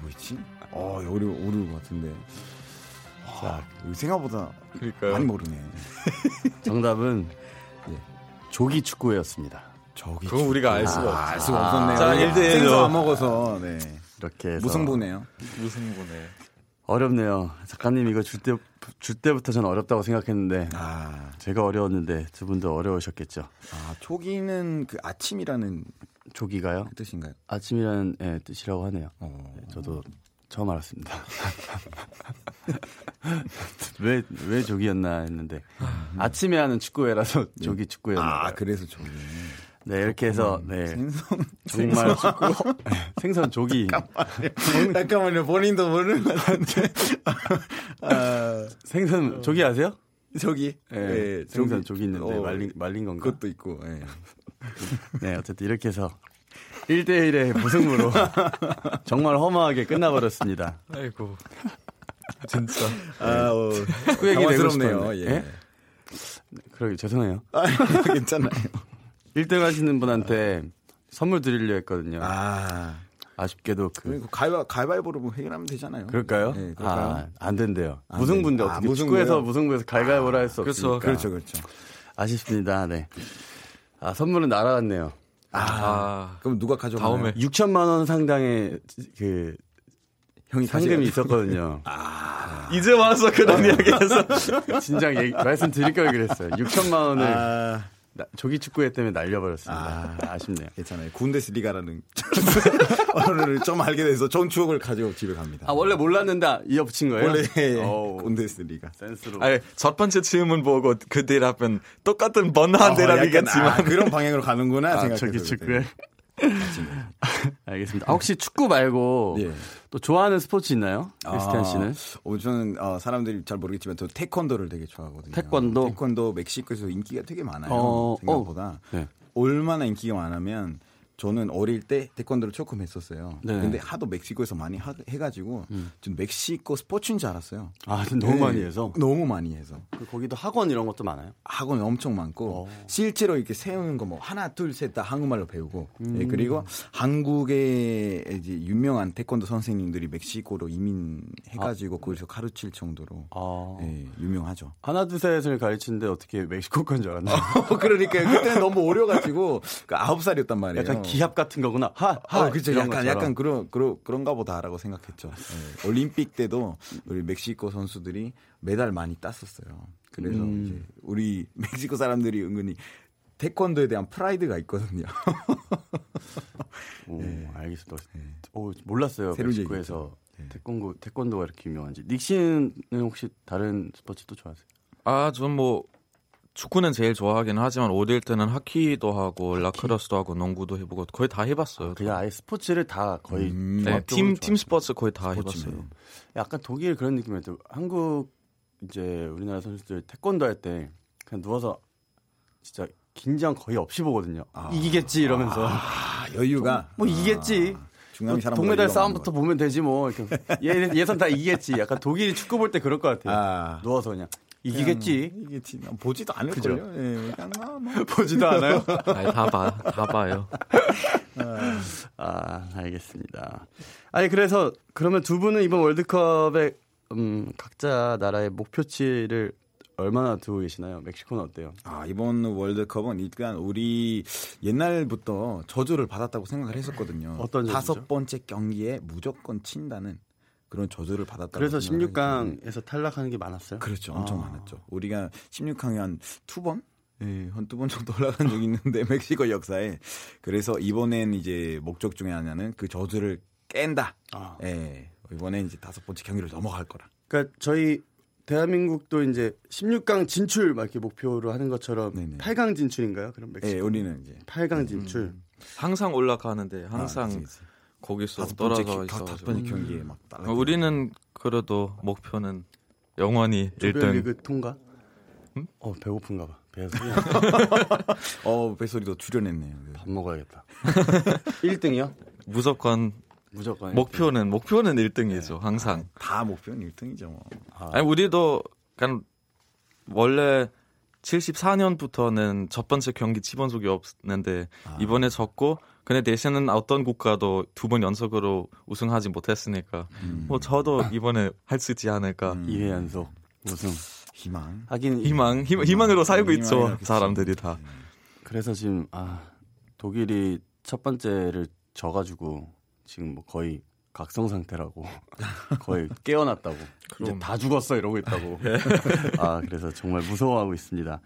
뭐였지? 어, 어려워, 어려울 것 같은데. 자, 생각보다 그러니까요. 많이 모르네. 정답은 예. 조기 축구회였습니다. 저기 그건 우리가 알 수가 없어. 알 수가 없었네요. 자, 일대일로. 생선 안 먹어서 네. 이렇게 해서 무승부네요. 무슨 거네. 어렵네요. 작가님 이거 줄 때 줄 때부터 저는 어렵다고 생각했는데 아, 제가 어려웠는데 두 분도 어려우셨겠죠. 아, 초기는 그 아침이라는 조기가요? 뜻인가요? 아침이라는 예, 뜻이라고 하네요. 어. 예, 저도 처음 알았습니다. 왜 왜 조기였나 했는데 아침에 하는 축구회라서 조기 축구회였나. 아, 봐요. 그래서 초기. 네 이렇게 해서 네 생선. 정말 축구 생선 조기 잠깐만요. 본인도 모르는 것 같은데. 아, 생선 조기 아세요? 저기. 예, 예, 생선 저기. 조기 있는데 어, 말린 말린 건가? 그것도 있고. 예. 네, 어쨌든 이렇게 해서 1대1의 무승부로 정말 허무하게 끝나버렸습니다. 아이고. 진짜. 아, 어, 그 얘기 내고 당황스럽네요. 싶었는데. 예. 그러게 죄송해요. 아, 괜찮아요. 1등 하시는 분한테 선물 드리려 했거든요. 아. 아, 쉽게도그 그리고 가위바, 가위바위보로 뭐 해결하면 되잖아요. 그럴까요? 예, 그럴까요? 아, 안 된대요. 안 무승부인데 돼요. 어떻게 아, 무승부요? 축구에서 무승부에서 갈갈보라 할 수 그렇죠. 없으니까. 그렇죠, 그렇죠. 아쉽습니다. 네. 아, 선물은 날아갔네요. 아. 그럼 누가 가져가요? 다음에. 6천만 원 상당의 그 형이 상금이 가져가요? 있었거든요. 아. 이제 와서 그런 이야기해서. 진작 얘기- 말씀드릴 걸 그랬어요. 6천만 원을 아, 나- 조기 축구회 때문에 날려버렸습니다. 아, 쉽네요 괜찮아요. 군데스리가라는 언어를 좀 알게 돼서 좋은 추억을 가지고 집에 갑니다. 아 원래 몰랐는데 이어붙인 거예요? 원래 예, 어우, 군데스리가. 센스로. 아니, 첫 번째 질문 보고 그 대답은 똑같은 번화한 대답이겠지만. 어, 약간, 아, 그런 방향으로 가는구나 아, 생각해서 저기 그때. 축구회. 알겠습니다. 아, 혹시 축구 말고 예. 또 좋아하는 스포츠 있나요? 크리스티안 씨는? 어, 저는 어, 사람들이 잘 모르겠지만 저 태권도를 되게 좋아하거든요. 태권도? 태권도 멕시코에서 인기가 되게 많아요. 어, 생각보다. 어. 네. 얼마나 인기가 많으면 저는 어릴 때 태권도를 조금 했었어요. 네. 음. 근데 하도 멕시코에서 많이 하, 해가지고 전 멕시코 스포츠인 줄 알았어요. 아, 너무 네. 많이 해서. 너무 많이 해서 그 거기도 학원 이런 것도 많아요. 학원이 엄청 어. 많고 실제로 이렇게 세우는 거 뭐 하나 둘 셋 다 한국말로 배우고 음. 예, 그리고 한국의 이제 유명한 태권도 선생님들이 멕시코로 이민해가지고 거기서 가르칠 정도로 아. 예, 유명하죠. 하나 둘 셋을 가르치는데 어떻게 멕시코 간 줄 알았나? 그러니까 그때는 너무 어려가지고 그 아홉 살이었단 말이에요. 약간 기합 같은 거구나. 하, 하. 어, 그렇죠. 이런 약간 것처럼. 약간 그런 그런 그런가 보다라고 생각했죠. 예. 올림픽 때도 우리 멕시코 선수들이 메달 많이 땄었어요. 그래서 음. 이제 우리 멕시코 사람들이 은근히 태권도에 대한 프라이드가 있거든요. 그- 오, 알겠습니다. 오, 몰랐어요. 새로운 멕시코에서 태권도 태권도가 이렇게 유명한지. 닉 씨는 혹시 다른 스포츠도 좋아하세요? 아, 전 뭐 축구는 제일 좋아하긴 하지만 5대1 때는 하키도 하고 라크로스도 하고 농구도 해보고 거의 다 해봤어요. 그냥 아예 스포츠를 다 거의 음. 네, 종합적으로 팀, 팀 좋아하시는 스포츠 거의 다 해봤어요. 스포츠네요. 약간 독일 그런 느낌이었죠. 한국 이제 우리나라 선수들 태권도 할 때 그냥 누워서 진짜 긴장 거의 없이 보거든요. 이기겠지 이러면서 아, 여유가 뭐 이기겠지. 뭐 중요한 사람 동메달 싸움부터 보면 되지 뭐 이렇게 예- 예선 다 이기겠지. 약간 독일이 축구 볼 때 그럴 것 같아요. 아. 누워서 그냥 이기겠지 이게 보지도 않을 걸요. 예, 그냥 아, 뭐. 보지도 않아요. 아니, 다 봐, 다 봐요. 아 알겠습니다. 아니 그래서 그러면 두 분은 이번 월드컵에 음, 각자 나라의 목표치를 얼마나 두고 계시나요? 멕시코는 어때요? 아, 이번 월드컵은 일단 우리 옛날부터 저주를 받았다고 생각을 했었거든요. 어떤 저주죠? 다섯 번째 경기에 무조건 친다는 그런 저주를 받았다고 그래서 생각을 했거든요. 16강에서 아. 탈락하는 게 많았어요. 그렇죠. 엄청 많았죠. 우리가 16강에 한 두 번? 예, 한 두 번 정도 올라간 적이 있는데 멕시코 역사에. 그래서 이번엔 이제 목적 중에 하나는 그 저주를 깬다. 아. 예. 이번엔 이제 다섯 번째 경기를 넘어갈 거라. 그러니까 저희 대한민국도 이제 16강 진출 막 이렇게 목표로 하는 것처럼 네네. 8강 진출인가요? 그럼 멕시코 예, 음. 우리는 이제 8강 진출. 항상 올라가는데 항상 아, 그치, 그치. 거기서 다섯 번째 떨어져 기- 다- 다섯 있어가지고. 번째 경기에 막 어, 달라. 우리는 그래도 목표는 영원히 조별리그 1등. 통과. 음? 어 배고픈가 봐. 배에서 어, 뱃소리도 줄여냈네요. 네. 밥 먹어야겠다. 1등이요? 무조건 무조건. 목표는 목표는 1등이죠. 항상. 다 목표는 1등이죠. 뭐. 아니 우리도 그냥 원래 74년부터는 첫 번째 경기 지번속이 없는데 이번에 졌고 근데 대신은 어떤 국가도 두 번 연속으로 우승하지 못했으니까 뭐 저도 이번에 할 수 있지 않을까 이회 연속 우승. 음, 희망. 하긴 예. 희망 희망 희망으로 살고 있죠 음. 희망이라겠지. 사람들이 다 네. 그래서 지금 아 독일이 첫 번째를 져가지고 지금 뭐 거의 각성 상태라고 거의 깨어났다고 이제 다 죽었어 이러고 있다고 예. 아 그래서 정말 무서워하고 있습니다.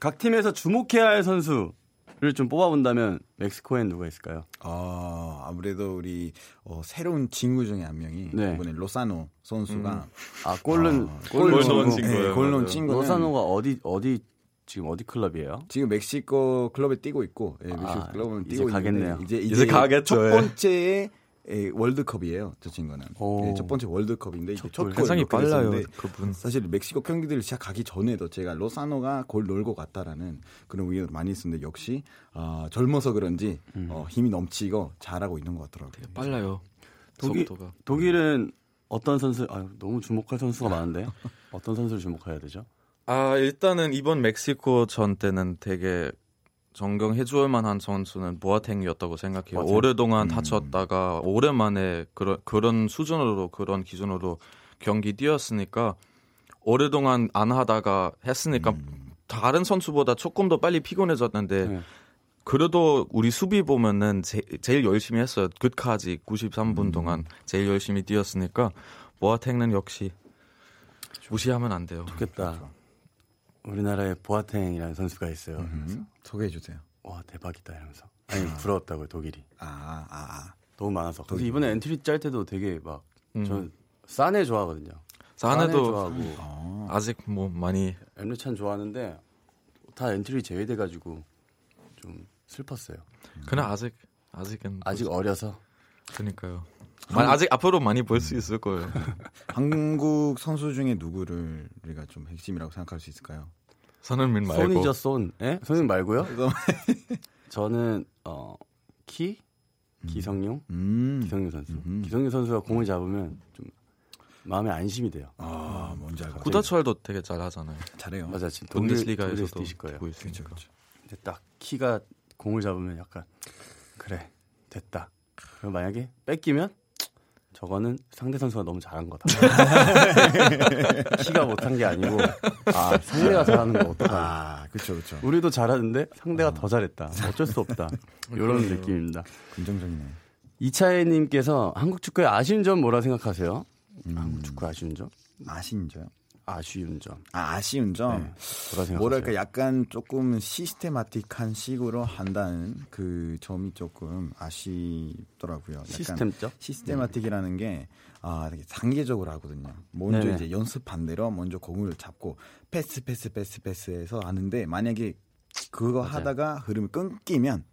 각 팀에서 주목해야 할 선수를 좀 뽑아본다면 멕시코엔 누가 있을까요? 아, 아무래도 우리 어, 새로운 친구 중에 한 명이 네. 이번에 로사노 선수가 어, 아 골은 음. 골 넣은 골 친구. 친구예요. 골론 맞아요. 친구는 로사노가 어디 어디 지금 어디 클럽이에요? 지금 멕시코 클럽에 뛰고 있고 예, 멕시코 아, 클럽은 이제 뛰고 있는데 가겠네요. 이제 이제 가겠죠, 첫 예. 번째 에, 월드컵이에요. 저 친구는 오. 예, 첫 번째 월드컵인데 이제 첫 골. 세상이 넣게 빨라요, 됐었는데 그분. 사실 멕시코 경기들을 시작하기 전에도 제가 로사노가 골 놀고 갔다라는 그런 의견을 많이 있었는데 역시 아, 젊어서 그런지 음. 어, 힘이 넘치고 잘하고 있는 것 같더라고요. 빨라요. 독일, 속도가. 독일은 어떤 선수? 아 너무 주목할 선수가 많은데 어떤 선수를 주목해야 되죠? 아 일단은 이번 멕시코 전 때는 되게 정경해 주올 만한 선수는 보아탱이었다고 생각해요. 보아탱. 음. 오랫동안 다쳤다가 오랜만에 그런 그런 수준으로 그런 기준으로 경기 뛰었으니까 오랫동안 안 하다가 했으니까 다른 선수보다 조금 더 빨리 피곤해졌는데 음. 네. 그래도 우리 수비 보면은 제, 일 열심히 했어요. 끝까지 93분 음. 동안 제일 열심히 뛰었으니까 보아탱은 역시 그렇죠. 무시하면 안 돼요. 좋겠다. 우리나라에 보아탱이라는 선수가 있어요. 음, 소개해 주세요. 와 대박이다 이러면서 아니 부러웠다고요 독일이 아, 아, 아. 너무 많아서. 그래서 이번에 엔트리 짤 때도 되게 막 저는 싸네 좋아하거든요. 싸네 음. 사내도 좋아하고 어. 아직 뭐 많이 엠르찬 좋아하는데 다 엔트리 제외돼가지고 좀 슬펐어요. 그냥 아직 아직은 음. 아직 어려서 그러니까요. 마- 아직 앞으로 많이 볼 수 있을 거예요. 한국 선수 중에 누구를 우리가 좀 핵심이라고 생각할 수 있을까요? 선은민 말고 손이죠 손. 예? 손은 말고요. 저는 어, 어키 기성용 음, 기성용 선수. 기성용 선수가 공을 잡으면 좀 마음에 안심이 돼요. 아, 뭔지 알고 구다철도 되게 잘 하잖아요. 잘해요. 맞아 지금 독일- 분데스리가에서도 독일 뛰실 거예요. 뛰고 있으니까. 근데 딱 키가 공을 잡으면 약간 그래 됐다. 그럼 만약에 뺏기면 저거는 상대 선수가 너무 잘한 거다. 키가 못한 게 아니고 아 상대가 잘하는 거 어떡하나. 아, 그렇죠, 그렇죠. 우리도 잘하는데 상대가 더 잘했다. 어쩔 수 없다. 이런 느낌입니다. 긍정적이네. 이차혜님께서 한국 축구의 아쉬운 점 뭐라 생각하세요? 한국 축구 아쉬운 점? 아쉬운 점. 아쉬운 점. 아, 아쉬운 점. 뭐라 네, 생각하세요? 뭐랄까 약간 조금 시스테마틱한 식으로 한다는 그 점이 조금 아쉽더라고요. 약간 시스템적? 시스테마틱이라는 게 아, 되게 단계적으로 하거든요. 먼저 네네. 이제 연습 반대로 먼저 공을 잡고 패스 패스 패스 패스해서 하는데 만약에 그거 하다가 흐름이 끊기면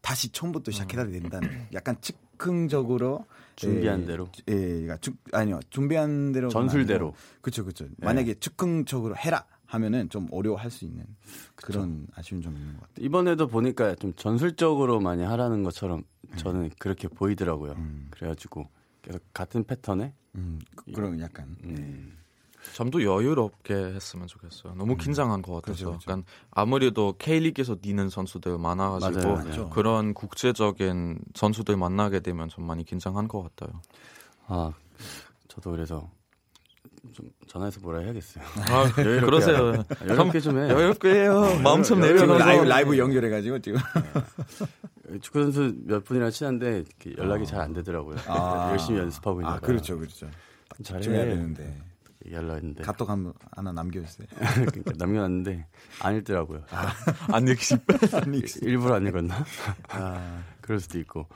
다시 처음부터 시작해야 된다는 약간 즉흥적으로 준비한 대로. 예, 그러니까 즉- 아니요 준비한 대로 전술대로. 네. 그렇죠, 그렇죠. 만약에 즉흥적으로 해라 하면은 좀 어려워할 수 있는 그런 아쉬운 점이 있는 것 같아요. 이번에도 보니까 좀 전술적으로 많이 하라는 것처럼 저는 그렇게 보이더라고요. 그래가지고 계속 같은 패턴에 음, 예. 그- 그런 약간 음. 점도 여유롭게 했으면 좋겠어요. 너무 긴장한 것 같아서. 약간 아무래도 K리그에서 뛰는 선수들 많아가지고 맞아요, 맞아요. 그런 국제적인 선수들 만나게 되면 좀 많이 긴장한 것 같아요. 아 저도 그래서 좀 전화해서 뭐라 해야겠어요. 아, 그러세요. 여유롭게 좀 해. 여유롭게 해요. 마음좀 네, 지금 내려가서. 네. 라이브, 라이브 연결해가지고 지금 축구 선수 몇 분이랑 친한데 이렇게 연락이 잘 안 되더라고요. 아. 네, 열심히 연습하고 있나 아 봐요. 그렇죠, 그렇죠. 중요해야 잘해. 네. 되는데 얘기하려 했는데 카톡 한, 번 하나 남겨주세요. 그러니까 남겨놨는데 안 읽더라고요. 안 읽지. 아니, 일부러 안 읽었나? 아. 그럴 수도 있고.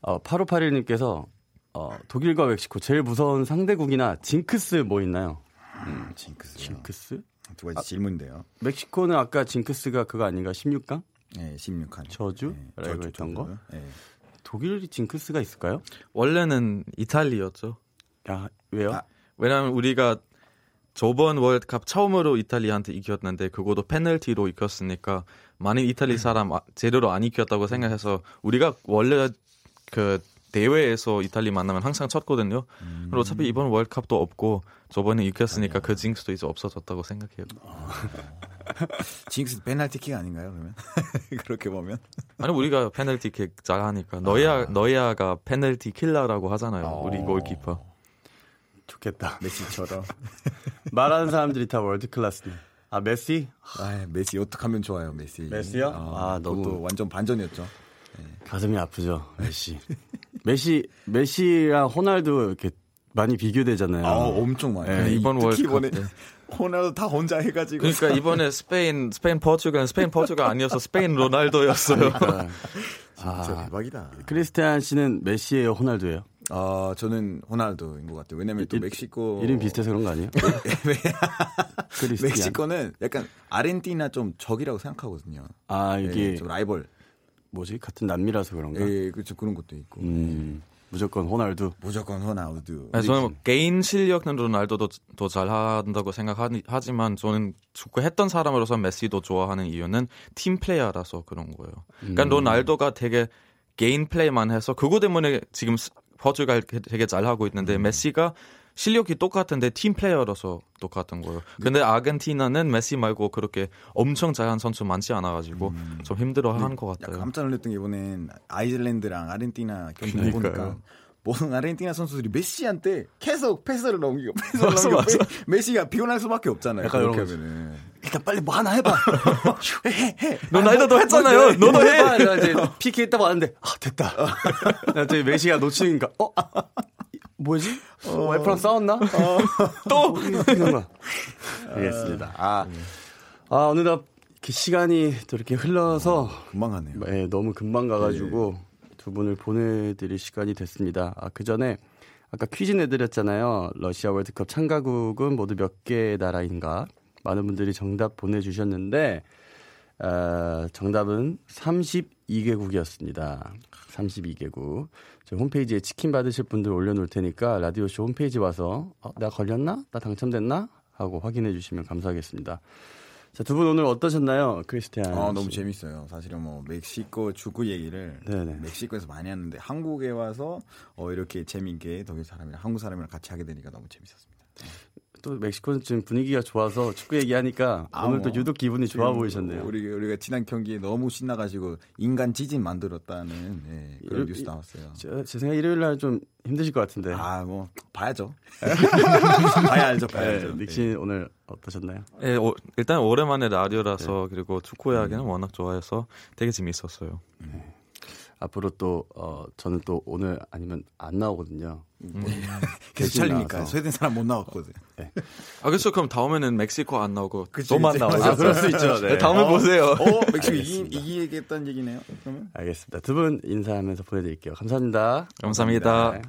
어, 8581님께서 어, 독일과 멕시코 제일 무서운 상대국이나 징크스 뭐 있나요? 징크스. 징크스? 두 가지 질문인데요. 멕시코는 아까 징크스가 그거 아닌가? 16강? 예, 16칸. 저주? 예, 라고 저주 했던 거? 정도요? 예. 독일이 징크스가 있을까요? 원래는 이탈리였죠. 야, 왜요? 아, 왜냐하면 우리가 저번 월드컵 처음으로 이탈리아한테 이겼는데 그것도 페널티로 이겼으니까 많은 이탈리 사람 아- 제대로 안 이겼다고 생각해서 우리가 원래 그 대회에서 이탈리 만나면 항상 쳤거든요. 그리고 어차피 이번 월드컵도 없고 저번에 이겼으니까 그 징스도 이제 없어졌다고 생각해요. 징크스 페널티킥 아닌가요? 그러면 그렇게 보면 아니 우리가 페널티 킥 잘하니까 너야 너야가 페널티 킬러라고 하잖아요. 우리 골키퍼. 좋겠다. 메시처럼. 말하는 사람들이 다 월드 클래스네. 아, 메시? 아, 메시 어떻게 하면 좋아요, 메시. 메시요? 아, 아, 너무- 너무 또 완전 반전이었죠. 가슴이 아프죠, 메시. 메시, 메시랑 호날두 이렇게 많이 비교되잖아요. 아, 엄청 많이. 네, 이번 특히 월드컵 이번에 호날두 다 혼자 해가지고. 그러니까 이번에 스페인 스페인 포르투갈 스페인 포르투갈 아니어서 스페인 로날도였어요. 진짜 아, 대박이다. 크리스티안 씨는 메시예요, 호날두예요? 아, 저는 호날두인 것 같아요. 왜냐면 또 이- 어. 멕시코 이름 비슷해서 그런 거 아니에요? 네. 크리스티안. 멕시코는 약간 아르헨티나 좀 적이라고 생각하거든요. 아 이게 네, 예, 좀 라이벌. 뭐지 같은 남미라서 그런가? 예, 그렇죠. 그런 것도 있고. 음, 무조건 호날두. 무조건 호나우두. 아니, 저는 뭐 개인 실력은 로날도도 더 잘한다고 생각하지만 저는 축구했던 사람으로서 메시도 좋아하는 이유는 팀 플레이어라서 그런 거예요. 그러니까 로날도가 되게 개인 플레이만 해서 그거 때문에 지금 스- 포르투갈 되게 잘하고 있는데 메시가 실력이 똑같은데 팀 플레이어라서 똑같은 거예요. 근데 아르헨티나는 메시 말고 그렇게 엄청 잘한 선수 많지 않아가지고 좀 힘들어하는 것 야, 같아요. 깜짝 놀랐던 게 이번엔 아이슬란드랑 아르헨티나 경기 보니까 모든 아르헨티나 선수들이 메시한테 계속 패스를 넘기고 패스를 넘기고 메- 메시가 비곤할 수밖에 없잖아요. 약간 그렇게 이런 거지. 하면은 일단 빨리 뭐 하나 해봐. 해, 해. 뭐, 로날도도 했잖아요. 너도 해. 네. 이제 PK 했다고 하는데 아 됐다. 어. 갑자기 메시가 놓치니까 어 아, 이- 뭐지? 어, 와이프랑 싸웠나? 또 이런 거. 알겠습니다. 아, 아 어느덧 이렇게 시간이 또 이렇게 흘러서 금방 가네요. 예, 너무 금방 네. 가가지고 두 분을 보내드릴 시간이 됐습니다. 아, 그 전에 아까 퀴즈 내드렸잖아요. 러시아 월드컵 참가국은 모두 몇 개의 나라인가? 많은 분들이 정답 보내주셨는데 아, 정답은 32개국이었습니다. 32개국. 저희 홈페이지에 치킨 받으실 분들 올려놓을 테니까 라디오쇼 홈페이지 와서 어, 나 걸렸나? 나 당첨됐나? 하고 확인해 주시면 감사하겠습니다. 자, 두 분 오늘 어떠셨나요? 크리스티안. 아, 너무 씨. 재밌어요. 사실은 뭐 멕시코 축구 얘기를 네네. 멕시코에서 많이 하는데 한국에 와서 어, 이렇게 재미있게 독일 사람이랑 한국 사람이랑 같이 하게 되니까 너무 재밌었습니다. 또 멕시코는 지금 분위기가 좋아서 축구 얘기하니까 아, 오늘 또 뭐. 유독 기분이 좋아 보이셨네요. 우리 우리가 지난 경기에 너무 신나가지고 인간 지진 만들었다는 예, 그런 이럴- 뉴스 이- 나왔어요. 제, 제 생각에 일요일 날 좀 힘드실 것 같은데. 아 뭐 봐야죠. 봐야 알죠, 네, 봐야죠. 예, 닉신 오늘 어떠셨나요? 예, 오- 일단 오랜만에 라디오라서 그리고 축구 이야기는 워낙 좋아해서 되게 재미있었어요. 앞으로 또 어, 저는 또 오늘 아니면 안 나오거든요. 계속 찰리니까 나와서. 스웨덴 사람 못 나왔거든. 아 그렇죠. 그럼 다음에는 멕시코 안 나오고 그치, 너만 그치. 나와요. 아, 그럴 수 있죠. 네. 다음에 보세요. 어 아, 멕시코 이기, 이기겠다는 얘기네요. 그러면 알겠습니다. 두 분 인사하면서 보내드릴게요. 감사합니다. 감사합니다. 네.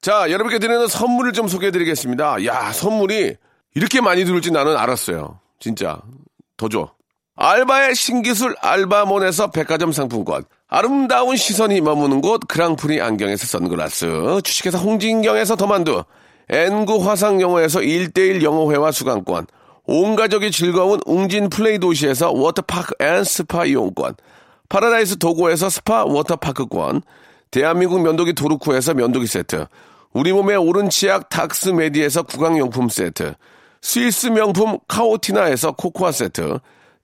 자, 여러분께 드리는 선물을 좀 소개해 드리겠습니다. 야, 선물이 이렇게 많이 들을지 나는 알았어요. 진짜. 더 줘. 알바의 신기술 알바몬에서 백화점 상품권. 아름다운 시선이 머무는 곳 그랑프리 안경에서 선글라스. 주식회사 홍진경에서 더만두. N구 화상영어에서 1대1 영어회화 수강권. 온 가족이 즐거운 웅진 플레이 도시에서 워터파크 앤 스파 이용권. 파라다이스 도고에서 스파 워터파크권, 대한민국 면도기 도르코에서 면도기 세트, 우리 몸의 오른 치약 닥스메디에서 구강용품 세트, 스위스 명품 카오티나에서 코코아 세트,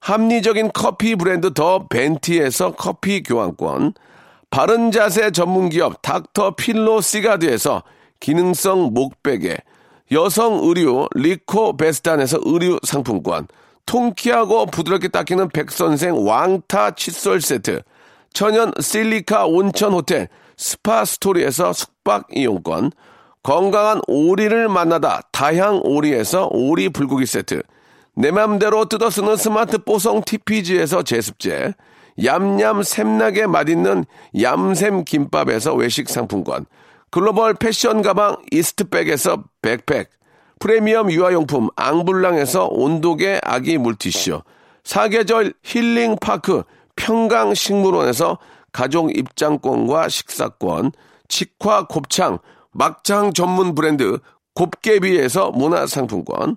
합리적인 커피 브랜드 더 벤티에서 커피 교환권, 바른 자세 전문 기업 닥터 필로 시가드에서 기능성 목베개, 여성 의류 리코 베스탄에서 의류 상품권, 통키하고 부드럽게 닦이는 백선생 왕타 칫솔 세트, 천연 실리카 온천 호텔 스파 스토리에서 숙박 이용권, 건강한 오리를 만나다 다향 오리에서 오리 불고기 세트, 내 맘대로 뜯어 쓰는 스마트 뽀송 TPG에서 제습제, 얌얌 샘나게 맛있는 얌샘 김밥에서 외식 상품권, 글로벌 패션 가방 이스트백에서 백팩, 프리미엄 유아용품 앙블랑에서 온도계 아기 물티슈, 사계절 힐링파크 평강식물원에서 가족 입장권과 식사권, 직화 곱창, 막창 전문 브랜드 곱개비에서 문화상품권,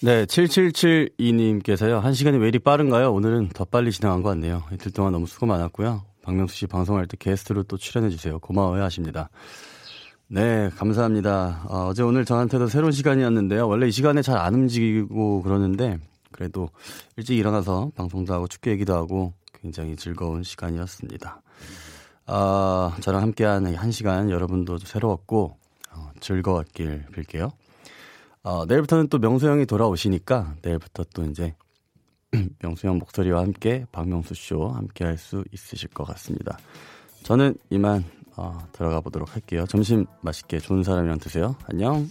네, 7772님께서요. 한 시간이 왜 이리 빠른가요? 오늘은 더 빨리 지나간 것 같네요. 이틀 동안 너무 수고 많았고요. 박명수 씨 방송할 때 게스트로 또 출연해 주세요. 고마워요 하십니다. 네, 감사합니다. 어, 어제 오늘 저한테도 새로운 시간이었는데요. 원래 이 시간에 잘 안 움직이고 그러는데 그래도 일찍 일어나서 방송도 하고 축구 얘기도 하고 굉장히 즐거운 시간이었습니다. 아, 저랑 함께한 이한 시간 여러분도 새로웠고 어, 즐거웠길 빌게요. 어, 내일부터는 또 명수 형이 돌아오시니까 내일부터 또 이제 명수 형 목소리와 함께 박명수 쇼 함께 할 수 있으실 것 같습니다. 저는 이만 어, 들어가 보도록 할게요. 점심 맛있게 좋은 사람이랑 드세요. 안녕.